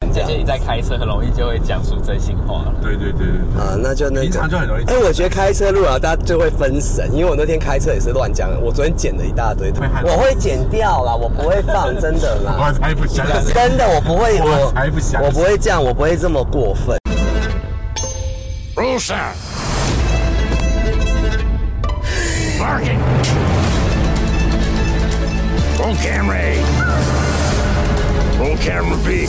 这而且你样。在开车很容易就会讲出真心话了。对对对对对，啊，那就那个平常就很容易哎、我觉得开车路啊，大家就会分神，因为我那天开车也是乱讲的，我昨天剪了一大堆，会害怕我会剪掉啦，我不会放，真的啦。 我才不相信。真的，我不会， 我才不相信我不会这样，我不会这么过分。 Rusa! Barking! Roll camera A. Roll camera B.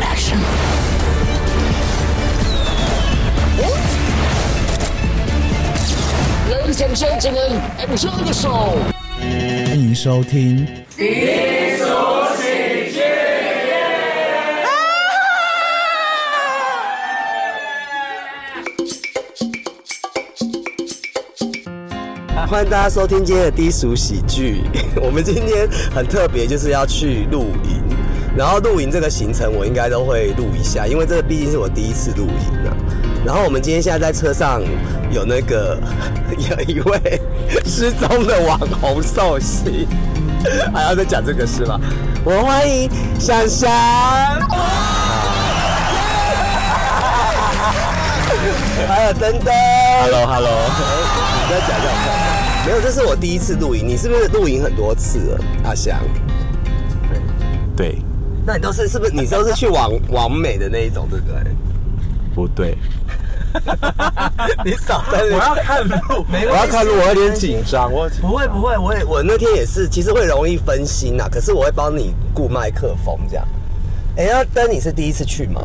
Action! Ladies and gentlemen, enjoy the show. 欢迎收听。欢迎大家收听今天的低俗喜剧。 我们今天很特别，就是要去露营。然后露营这个行程，我应该都会录一下，因为这个毕竟是我第一次露营啊。然后我们今天现在在车上有那个 有一位失踪的网红寿喜， 还要再讲这个是吗？我们欢迎想想。还有登登，Hello Hello，你再讲一下我看。没有，这是我第一次露营，你是不是露营很多次了？阿翔，对，那你都是 是不是你都是去往往美的那一种，对不 对？不对，你少在那我边要看路，没我要看路，我有点紧张。我不会不会，我也我那天也是，其实会容易分心呐、可是我会帮你顾麦克风这样。哎、那登你是第一次去吗？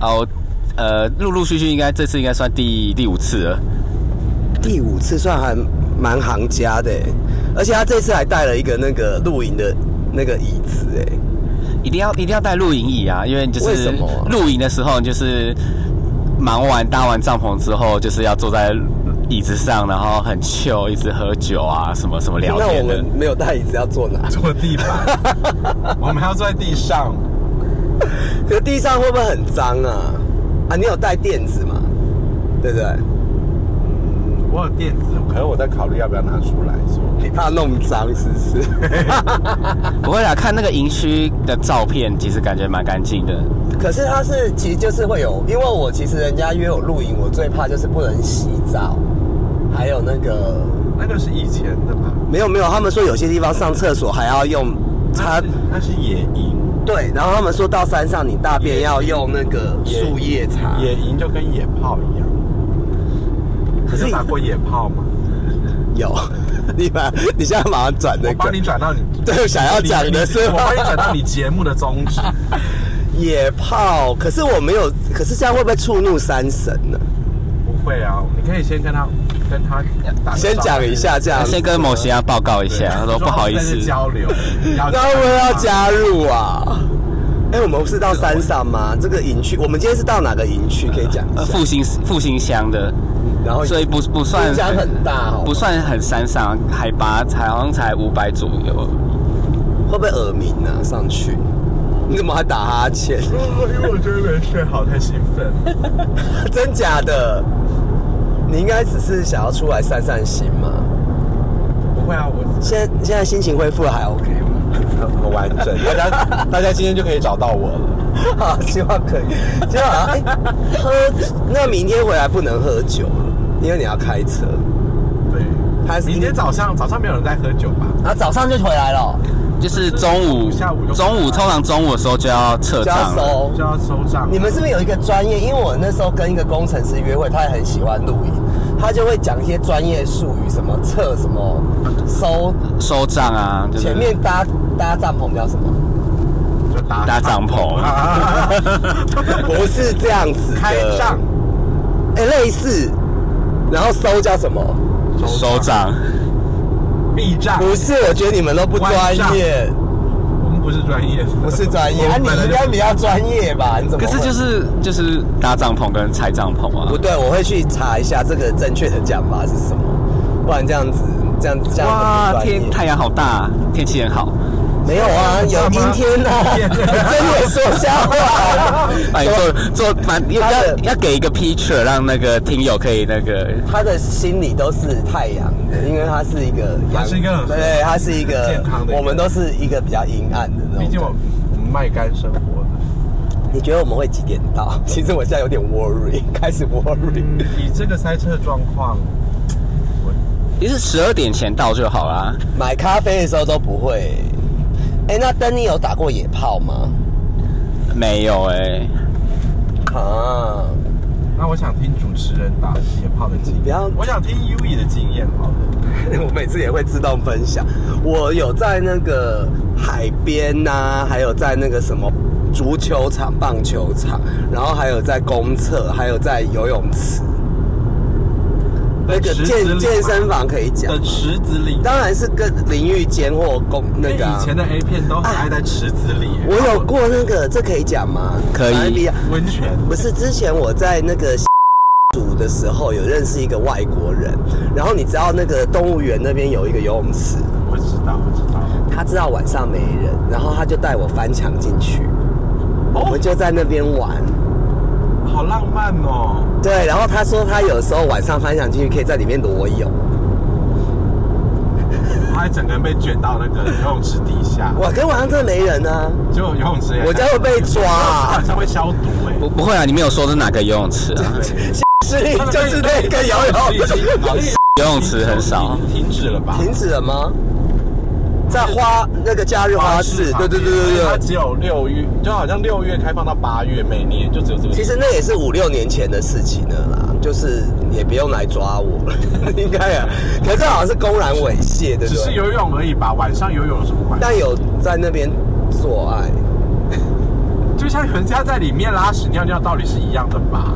哦，呃，陆陆续续应该这次应该算第第五次了。第五次算还蛮行家的、欸，而且他这次还带了一个那个露营的那个椅子、欸，哎。一定要一定要带露营椅啊，因为你就为是什么啊露营的时候，你就是忙完搭完帐篷之后，就是要坐在椅子上，然后很 chill，一直喝酒啊，什么什么聊那我天的们。没有带椅子要坐哪？坐地板，我们还要坐在地上。 可地上会不会很脏啊？啊，你有带垫子吗？对不对？我有垫子，可是我在考虑要不要拿出来做。你怕弄脏是不是？不会啦，看那个营区的照片，其实感觉蛮干净的。可是它是其实就是会有，因为我其实人家约我露营，我最怕就是不能洗澡，还有那个那个是以前的吧？没有没有，他们说有些地方上厕所还要用那擦是那是野营，啊对，然后他们说到山上你大便要用那个树叶擦，野营就跟野炮一样。可你是有打过野炮吗？有，你把你现在马上转那我帮个你，转到你，对，我想要你讲的是我帮你转到你节目的宗旨。 野炮，可是我没有，可是这样会不会触怒山神呢？不会啊，你可以先跟他跟他打个先讲一下这样，先跟某些人报告一招呼，对下，呃他说不好意思在这，交流，然那我们要加入啊？哎、我们是到山上吗？这个营区，我们今天是到哪个营区？可以讲呃一下。复兴复兴乡的，然后所以不不算影响很大哦，不算很山上，海拔才好像才五百左右。会不会耳鸣啊？上去，你怎么还打哈欠？ 因为我觉得没睡好，太兴奋。真假的？你应该只是想要出来散散心嘛？不会啊，我现在现在心情恢复得还 OK 吗？很完整，大家大家今天就可以找到我了。 好，希望可以。希望好像哎、喝那明天回来不能喝酒了，因为你要开车。 对，他是明天早上早上没有人在喝酒吧？啊，早上就回来了，就是中午下午就中午通常中午的时候就要撤就要账了。收。就要收账。你们是不是有一个专业？因为我那时候跟一个工程师约会，他也很喜欢露营，他就会讲一些专业术语，什么测什么收，收账啊，就是前面搭搭帐篷叫什么？就打啊搭帐篷，不是这样子的开账，哎、类似，然后收叫什么？收账，避账。不是，我觉得你们都不专业，我们不是专业，不是专业，我啊，们你本来应就该比较专业吧？你怎么可会？是就是就是搭帐篷跟拆帐篷啊不，对，我会去查一下这个正确的讲法是什么，不然这样子，这样这样很不哇，专业天太阳好大，天气很好，没有啊，有阴天 呐、啊，真的说瞎话。哎，做做蛮要啊他要的要给一个 picture，让那个听友可以那个他的心里都是太阳的，因为他是一个阳，他是一个很对，他是一个健康的一个我们都是一个比较阴暗的那毕竟种。我们卖干生活的，你觉得我们会几点到？ 其实我现在有点 worry，开 始 worry。以这个塞车状况，其实十二点前到就好啦。买咖啡的时候都不会。哎、那丹尼有打过野炮吗？没有哎、啊，那我想听主持人打野炮的经不验要，我想听 U E 的经验，好了。 我每次也会自动分享。我有在那个海边呐、还有在那个什么足球场、棒球场，然后还有在公厕，还有在游泳池。那个池子里健吗呃健身房可以讲的，池子里，当然是跟淋浴间或公因那为个啊、以前的 A 片都很爱在池子里。我有过那个，这可以讲吗？可以马来西亚温泉，不是，之前我在那个 组的时候有认识一个外国人，然后你知道那个动物园那边有一个游泳池，我知道，我知道。他知道晚上没人，然后他就带我翻墙进去，我们哦，就在那边玩。好浪漫哦！对，然后他说他有时候晚上翻墙进去可以在里面裸泳，我还整个人被卷到那个游泳池底下，哇，跟晚上真的没人啊，结果游泳池也我家会被抓啊晚上会消毒哎、不不会啊，你没有说是哪个游泳池 啊？是就是那个游泳池游泳池很少，停止了吧？停止了吗？在花那个假日花市，哎对对对对它对。只有六月，就好像六月开放到八月，每年就只有这个。其实那也是五六年前的事情了啦，就是也不用来抓我了， 应该啊。可是好像是公然猥亵，对不只是对？游泳而已吧，晚上游泳是不管，但有在那边做爱，就像人家在里面拉屎尿尿道理是一样的吧？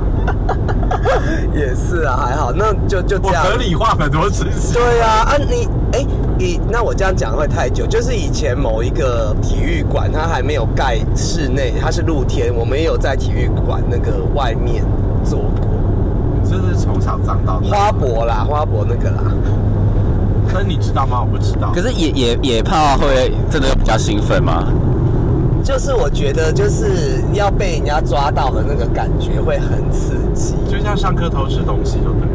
也是啊，还好，那就就这我样。合理化很多事情。对啊，啊你哎，以、那我这样讲会太久。就是以前某一个体育馆，它还没有盖室内，它是露天，我们也有在体育馆那个外面做过真是从小脏到大。花博啦，花博那个啦。可是你知道吗？我不知道。可是野野野炮会真的比较兴奋吗？就是我觉得就是要被人家抓到的那个感觉会很刺激。就像上课偷吃东西就对 了。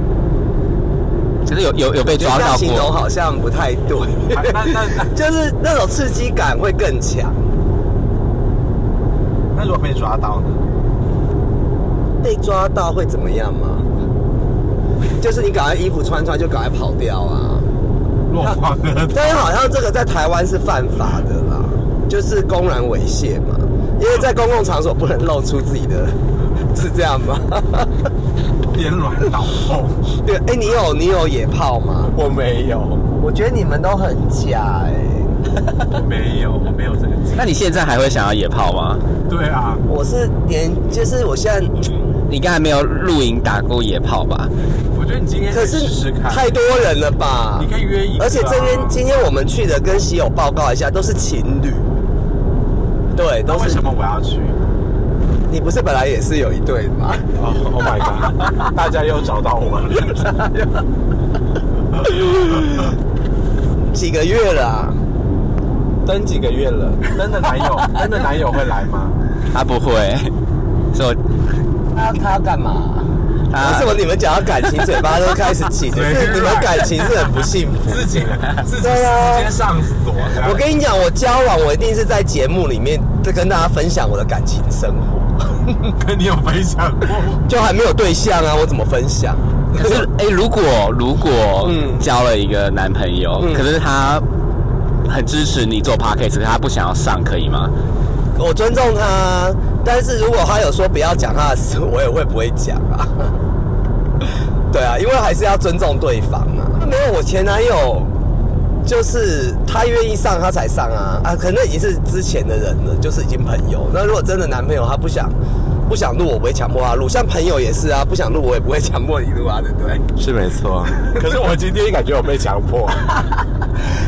可是有有有被抓这样到形容过？好像不太对，啊那那那 就是那种刺激感会更强。那如果被抓到呢？被抓到会怎么样吗？就是你赶快衣服穿穿就赶快跑掉 啊！落荒而逃。但是好像这个在台湾是犯法的啦，就是公然猥亵嘛，因为在公共场所不能露出自己的，是这样吗？颠鸾倒凤。对，哎、你有你有野炮吗？ 我没有，我我觉得你们都很假哎、没有，我没有这个经那你现在还会想要野炮吗？历。对啊，我是连，就是我现在，你应该还没有露营打过野炮吧？我觉得你今天可试是试看。太多人了吧？你可以约一个啊而且这边今天我们去的，跟喜友报告一下，都是情侣。对，那都为是什。么啊我要去你不是本来也是有一对的 吗？哦 oh my god！大家又找到我了。几个月了、啊？登几个月了？登的男友，登的男友会来 吗？他啊不会， 所以他啊他要干嘛？他啊为什么你们讲到感情，嘴巴都开始 起？就是你们感情是很不幸福。自己自己对啊直接上锁这样。我跟你讲，我交往我一定是在节目里面跟大家分享我的感情生活，跟你有分享过，就还没有对象啊，我怎么分享？可 是哎、如果如果嗯交了一个男朋友，嗯可是他很支持你做 p a c k a g e 他不想要上，可以吗？我尊重他，但是如果他有说不要讲他的事，我也会不会讲啊？ 对啊，因为还是要尊重对方啊。没有，我前男友就是他愿意上，他才上啊啊！可能那已经是之前的人了，就是已经朋友。那如果真的男朋友他不想不想录，我不会强迫他录。像朋友也是啊，不想录我也不会强迫你录啊，对不对？ 是没错，可是我今天感觉我被强迫。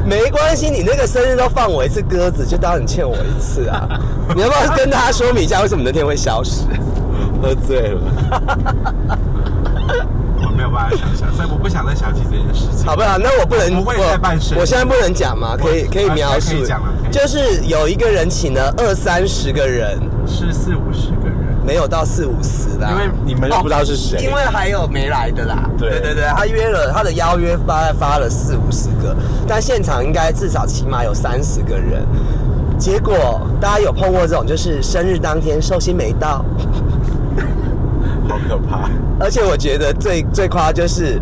没关系，你那个生日都放我一次 鸽子，就当你欠我一次啊！你要不要跟大家说明一下为什么你那天会消失？喝醉了， 我没有办法想象，所以我不想再想起这件事情。好不好？那我不能，我也在半身我现在不能讲嘛，可以我可以啊描述可以讲了可，以就是有一个人请了二三十个人，是四五十个人，没有到四五十啦，因为你们又不知道是谁，因为还有没来的啦。对对对对，他约了他的邀约发发了四五十个，但现场应该至少起码有三十个人。结果大家有碰过这种，就是生日当天寿星没到，好可怕。而且我觉得最最夸张就是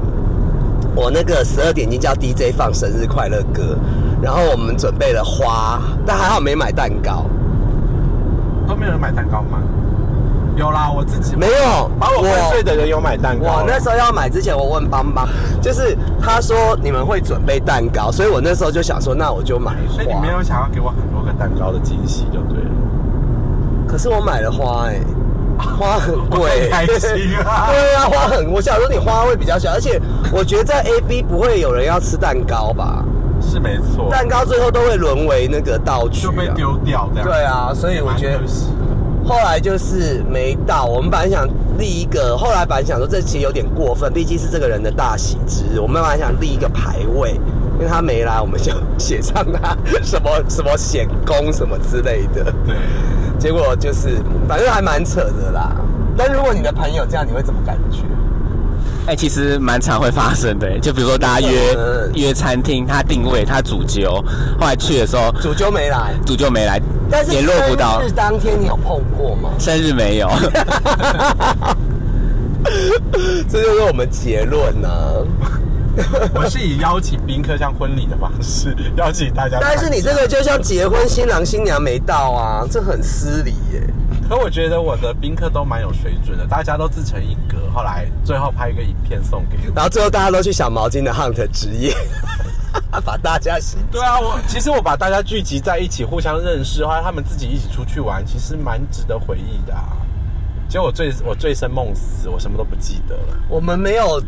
我那个十二点已经叫 DJ 放生日快乐歌，然后我们准备了花，但还好没买蛋糕，都没有人买蛋糕吗？有啦，我自己没有，把我喝醉的人有买蛋糕我，那时候要买之前，我问邦邦，就是他说你们会准备蛋糕，所以我那时候就想说，那我就买所以你花没。有想要给我很多个蛋蛋糕的惊喜就对了，可是我买了花哎、花很贵、我开心啊对啊，花很，我想说你花会比较小，而且我觉得在 A B 不会有人要吃蛋糕吧？是没错，蛋糕最后都会沦为那个道具、啊，就被丢掉这样。对啊所以我觉得蛮可惜的后来就是没到，我们本来想立一个，后来本来想说这其实有点过分，毕竟是这个人的大喜之日，我们本来想立一个牌位，因为他没来，我们就写上他什么什么显功什么之类的。对，结果就是，嗯反正还蛮扯的啦。但如果你的朋友这样，你会怎么感觉？哎、其实蛮常会发生的，就比如说大家约嗯约餐厅，他定位他主揪，后来去的时候主就没来，主揪没来，但是联络不到生日，当天你有碰过吗？生日没有，这就是我们结论呢、我是以邀请宾客像婚礼的方式邀请大家，但是你这个就像结婚新郎新娘没到啊，这很失礼耶、可我觉得我的宾客都蛮有水准的，大家都自成一格。后来最后拍一个影片送给我。然后最后大家都去小毛巾的 hunt 职业， 把大家洗。对啊，我其实我把大家聚集在一起，互相认识，后来他们自己一起出去玩，其实蛮值得回忆的、啊。结果我醉，我醉生梦死，我什么都不记得了。我们没有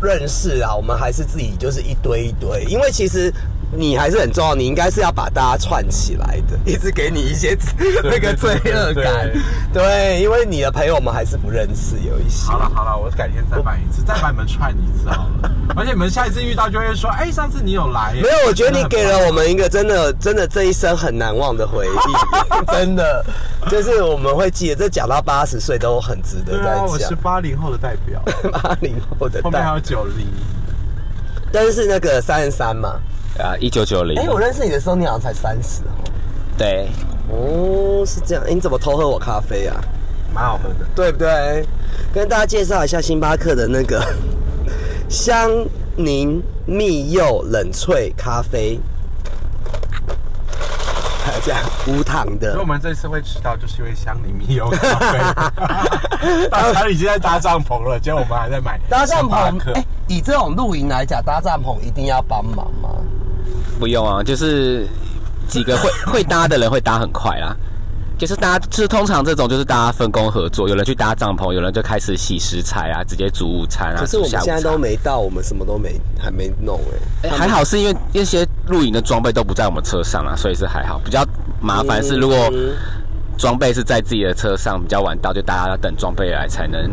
认识啊，我们还是自己就是一堆一堆，因为其实。你还是很重要，你应该是要把大家串起来 的，一直给你一些 那个罪恶感。对，因为你的朋友们还是不认识，有一些好了好了，我改天再办一次，再把你们串一次好了。 而且你们下一次遇到就会说，哎、上次你有来耶。没有。我觉得你给了我们一个真的真的这一生很难忘的回忆，真的就是我们会记得，这讲到八十岁都很值得对啊，我再 是讲。八零后的代 表，八零后的后面代还有九零。但是是那个三十三嘛。啊，一九九零哎、，我认识你的时候，你好像才三十对，哦。哦，是这样。哎、你怎么偷喝我咖啡啊？蛮好喝的，对不对？跟大家介绍一下星巴克的那个 香柠蜜柚冷萃咖啡， 还有这样无糖所以的我。们这次会迟到，就是因为香里面有咖 啡。大家已经在搭帐篷了，结果我们还在买搭帐星巴篷，克哎、以这种露营来讲，搭帐篷一定要帮忙吗？不用啊，就是几个会会搭的人会搭很快啦。就是大家，就是通常这种就是大家分工合作，有人去搭帐篷，有人就开始洗食材啊，直接煮午餐啊。可是我煮下们午现在茶都没到，我们什么都没，还没弄哎、哎还好是因为那些露营的装备都不在我们车上啊，所以是还好。比较麻烦嗯是如果装备是在自己的车上，比较晚到，就大家要等装备来才能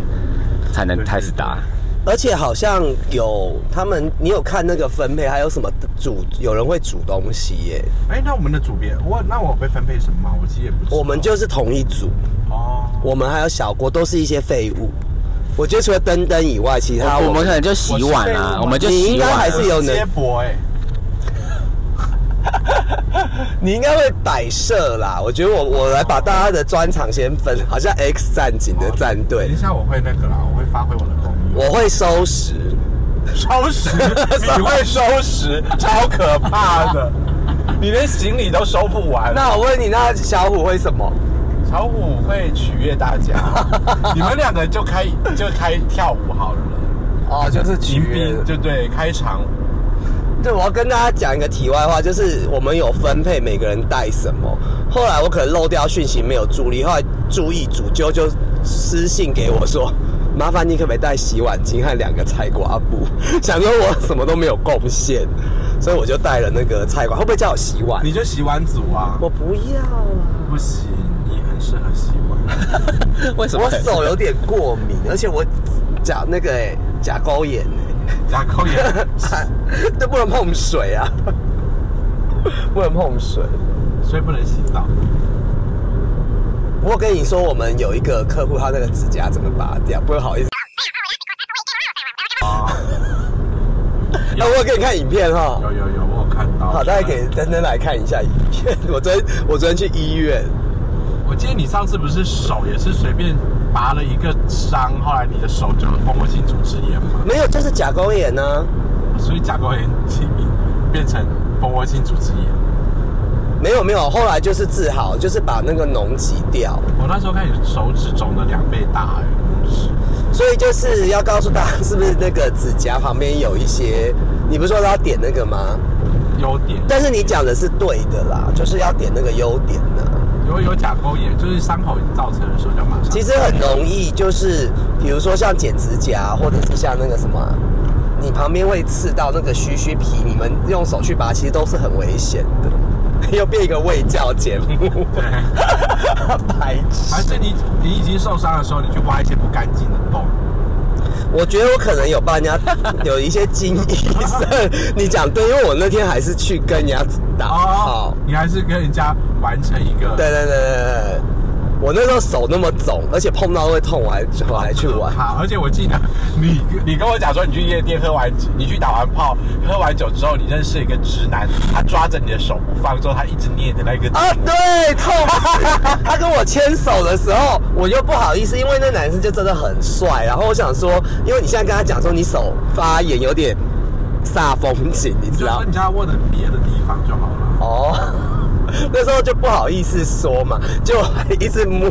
才能开始搭。而且好像有他们，你有看那个分配，还有什么煮，有人会煮东西耶。哎，那我们的组别，我那我被分配什么吗？我其实也不知道。我们就是同一组，哦，我们还有小郭都是一些废物。我觉得除了登登以外，其他我我们可能就洗碗啊，我是废物吗我们就你应洗该碗、还是有能接驳哎，你应该会摆设啦。我觉得我我来把大家的专场先分，好像 X 战警的战队等一，下我会那个啦，我会发挥我的功力。我会收拾。收拾， 你会收拾，超可怕的， 你连行李都收不完。那我问你，那小虎会什么？小虎会取悦大家， 你们两个就开就开跳舞好了。哦，就是迎宾就对，开场舞对，我要跟大家讲一个题外话，就是我们有分配每个人带什么。后来我可能漏掉讯息，没有注意，后来注意主揪就私信给我说：“麻烦你可不可以带洗碗巾和两个菜瓜布？” 想说我什么都没有贡献，所以我就带了那个菜瓜。会不会叫我洗碗？你就洗碗组啊，我不要啊！不行，你很适合洗碗， 为什么我？手有点过敏，而且我甲那个哎甲沟炎牙膏也 哎，都不能碰水啊， 不能碰水。所以不能洗澡。我跟你说，我们有一个客户，他那个指甲整个拔掉，不好意思。那、啊我有给你看影片哈，有有有，我有看到。好，大家给登登来看一下影片。 我昨天我昨天去医院，我记得你上次不是手也是随便拔了一个伤，后来你的手就蜂窝性组织炎嘛，没有，就是甲沟炎啊呢、所以甲沟炎疾病变成蜂窝性组织炎。没有没有，后来就是治好，就是把那个脓挤掉。我那时候看你手指肿了两倍大、哎，是所以就是要告诉大家，是不是那个指甲旁边有一些？你不是说要点那个吗？优点。但是你讲的是对的啦，就是要点那个优点呢、如果有甲沟炎，就是伤口已经造成的时候，就马上 其实很容易，就是比如说像剪指甲，或者是像那个什么啊，你旁边会刺到那个须须皮，你们用手去拔，其实都是很危险的。 又变一个卫教节目， 白还痴！是你你已经受伤的时候，你去挖一些不干净的洞。我觉得我可能有帮人家 有一些经医生， 你讲对，因为我那天还是去跟人家打炮。你还是跟人家完成一个对对对对对对，我那时候手那么肿，而且碰到会痛，我还我还去玩。好，而且我记得你你跟我讲说，你去夜店喝完，你去打完炮，喝完酒之后，你认识一个直男，他抓着你的手不放，之后他一直捏着那个。啊，对， 痛死！他跟我牵手的时候，我又不好意思，因为那男生就真的很帅。然后我想说，因为你现在跟他讲说你手发炎，有点煞风景，你知就 道说你？叫他握着别的地方就好了。哦，那时候就不好意思说嘛，就一直摸，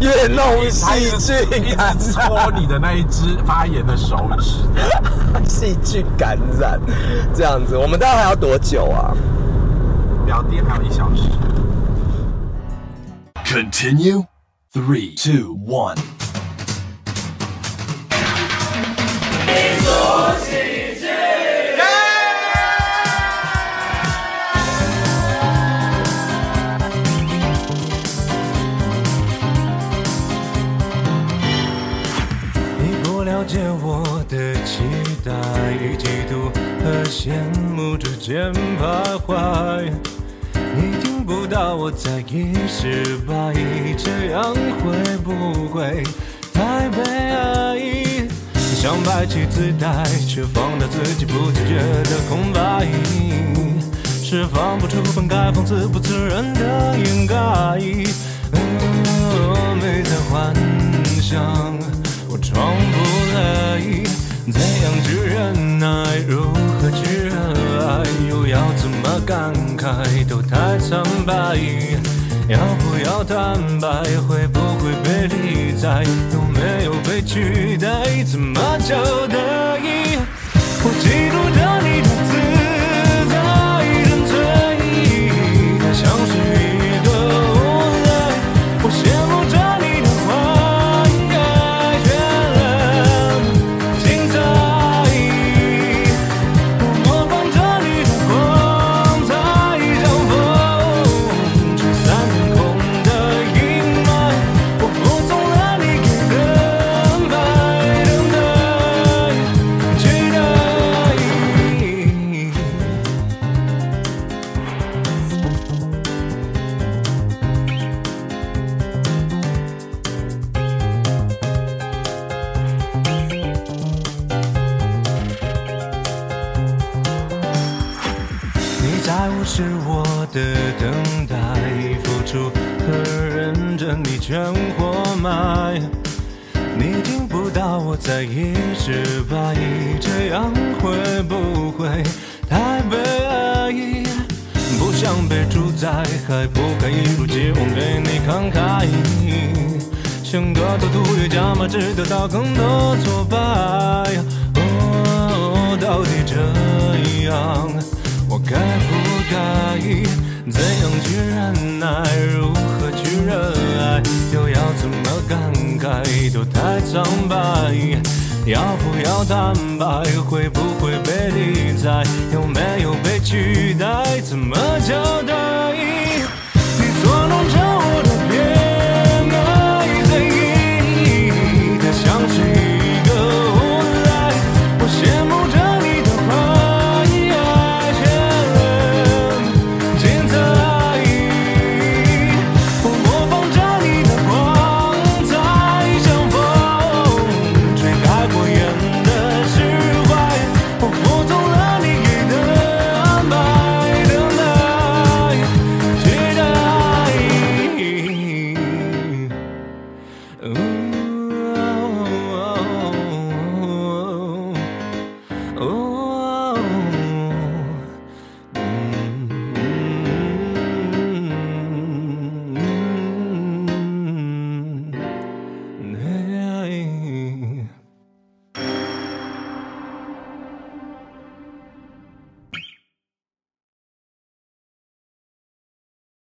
越弄他一细直菌一感直染搓，你的那一只发炎的手指， 细菌感染，这样子，我们大概还要多久啊？聊天还有一小时。 Continue. Three, two, one. 你不了解我的期待，与嫉妒和羡慕之间徘徊。你听不到我在意失败，这样会不会太悲哀？想摆起姿态，却放大自己不自觉的空白，释放不出本该放肆不自然的掩盖。嗯没在幻想，我装不来，怎样去忍耐，如何去热爱，又要怎么感慨，都太苍白。要不要坦白，会不会被理睬，都没有被取代，怎么叫得意？我嫉妒着你的自在沉醉，它像是一个无赖。我羡慕着你的灌溉绚烂精彩，我模仿着你的光彩，像风吹散天空的阴霾。我服从了你给的安排，等待。期待。你在无视我的等待，付出和认真你全活埋。你听不到我在意失败，这样会不会太悲哀？不想被主宰，还不敢一如既往对你慷慨，像个赌徒越加码，只得到更多挫败。哦，到底这样，我该不该？怎样去忍耐，如何去热爱，又要怎么感慨，都太苍白。要不要坦白，会不会被理睬，有没有被取代，怎么叫得意？哦哦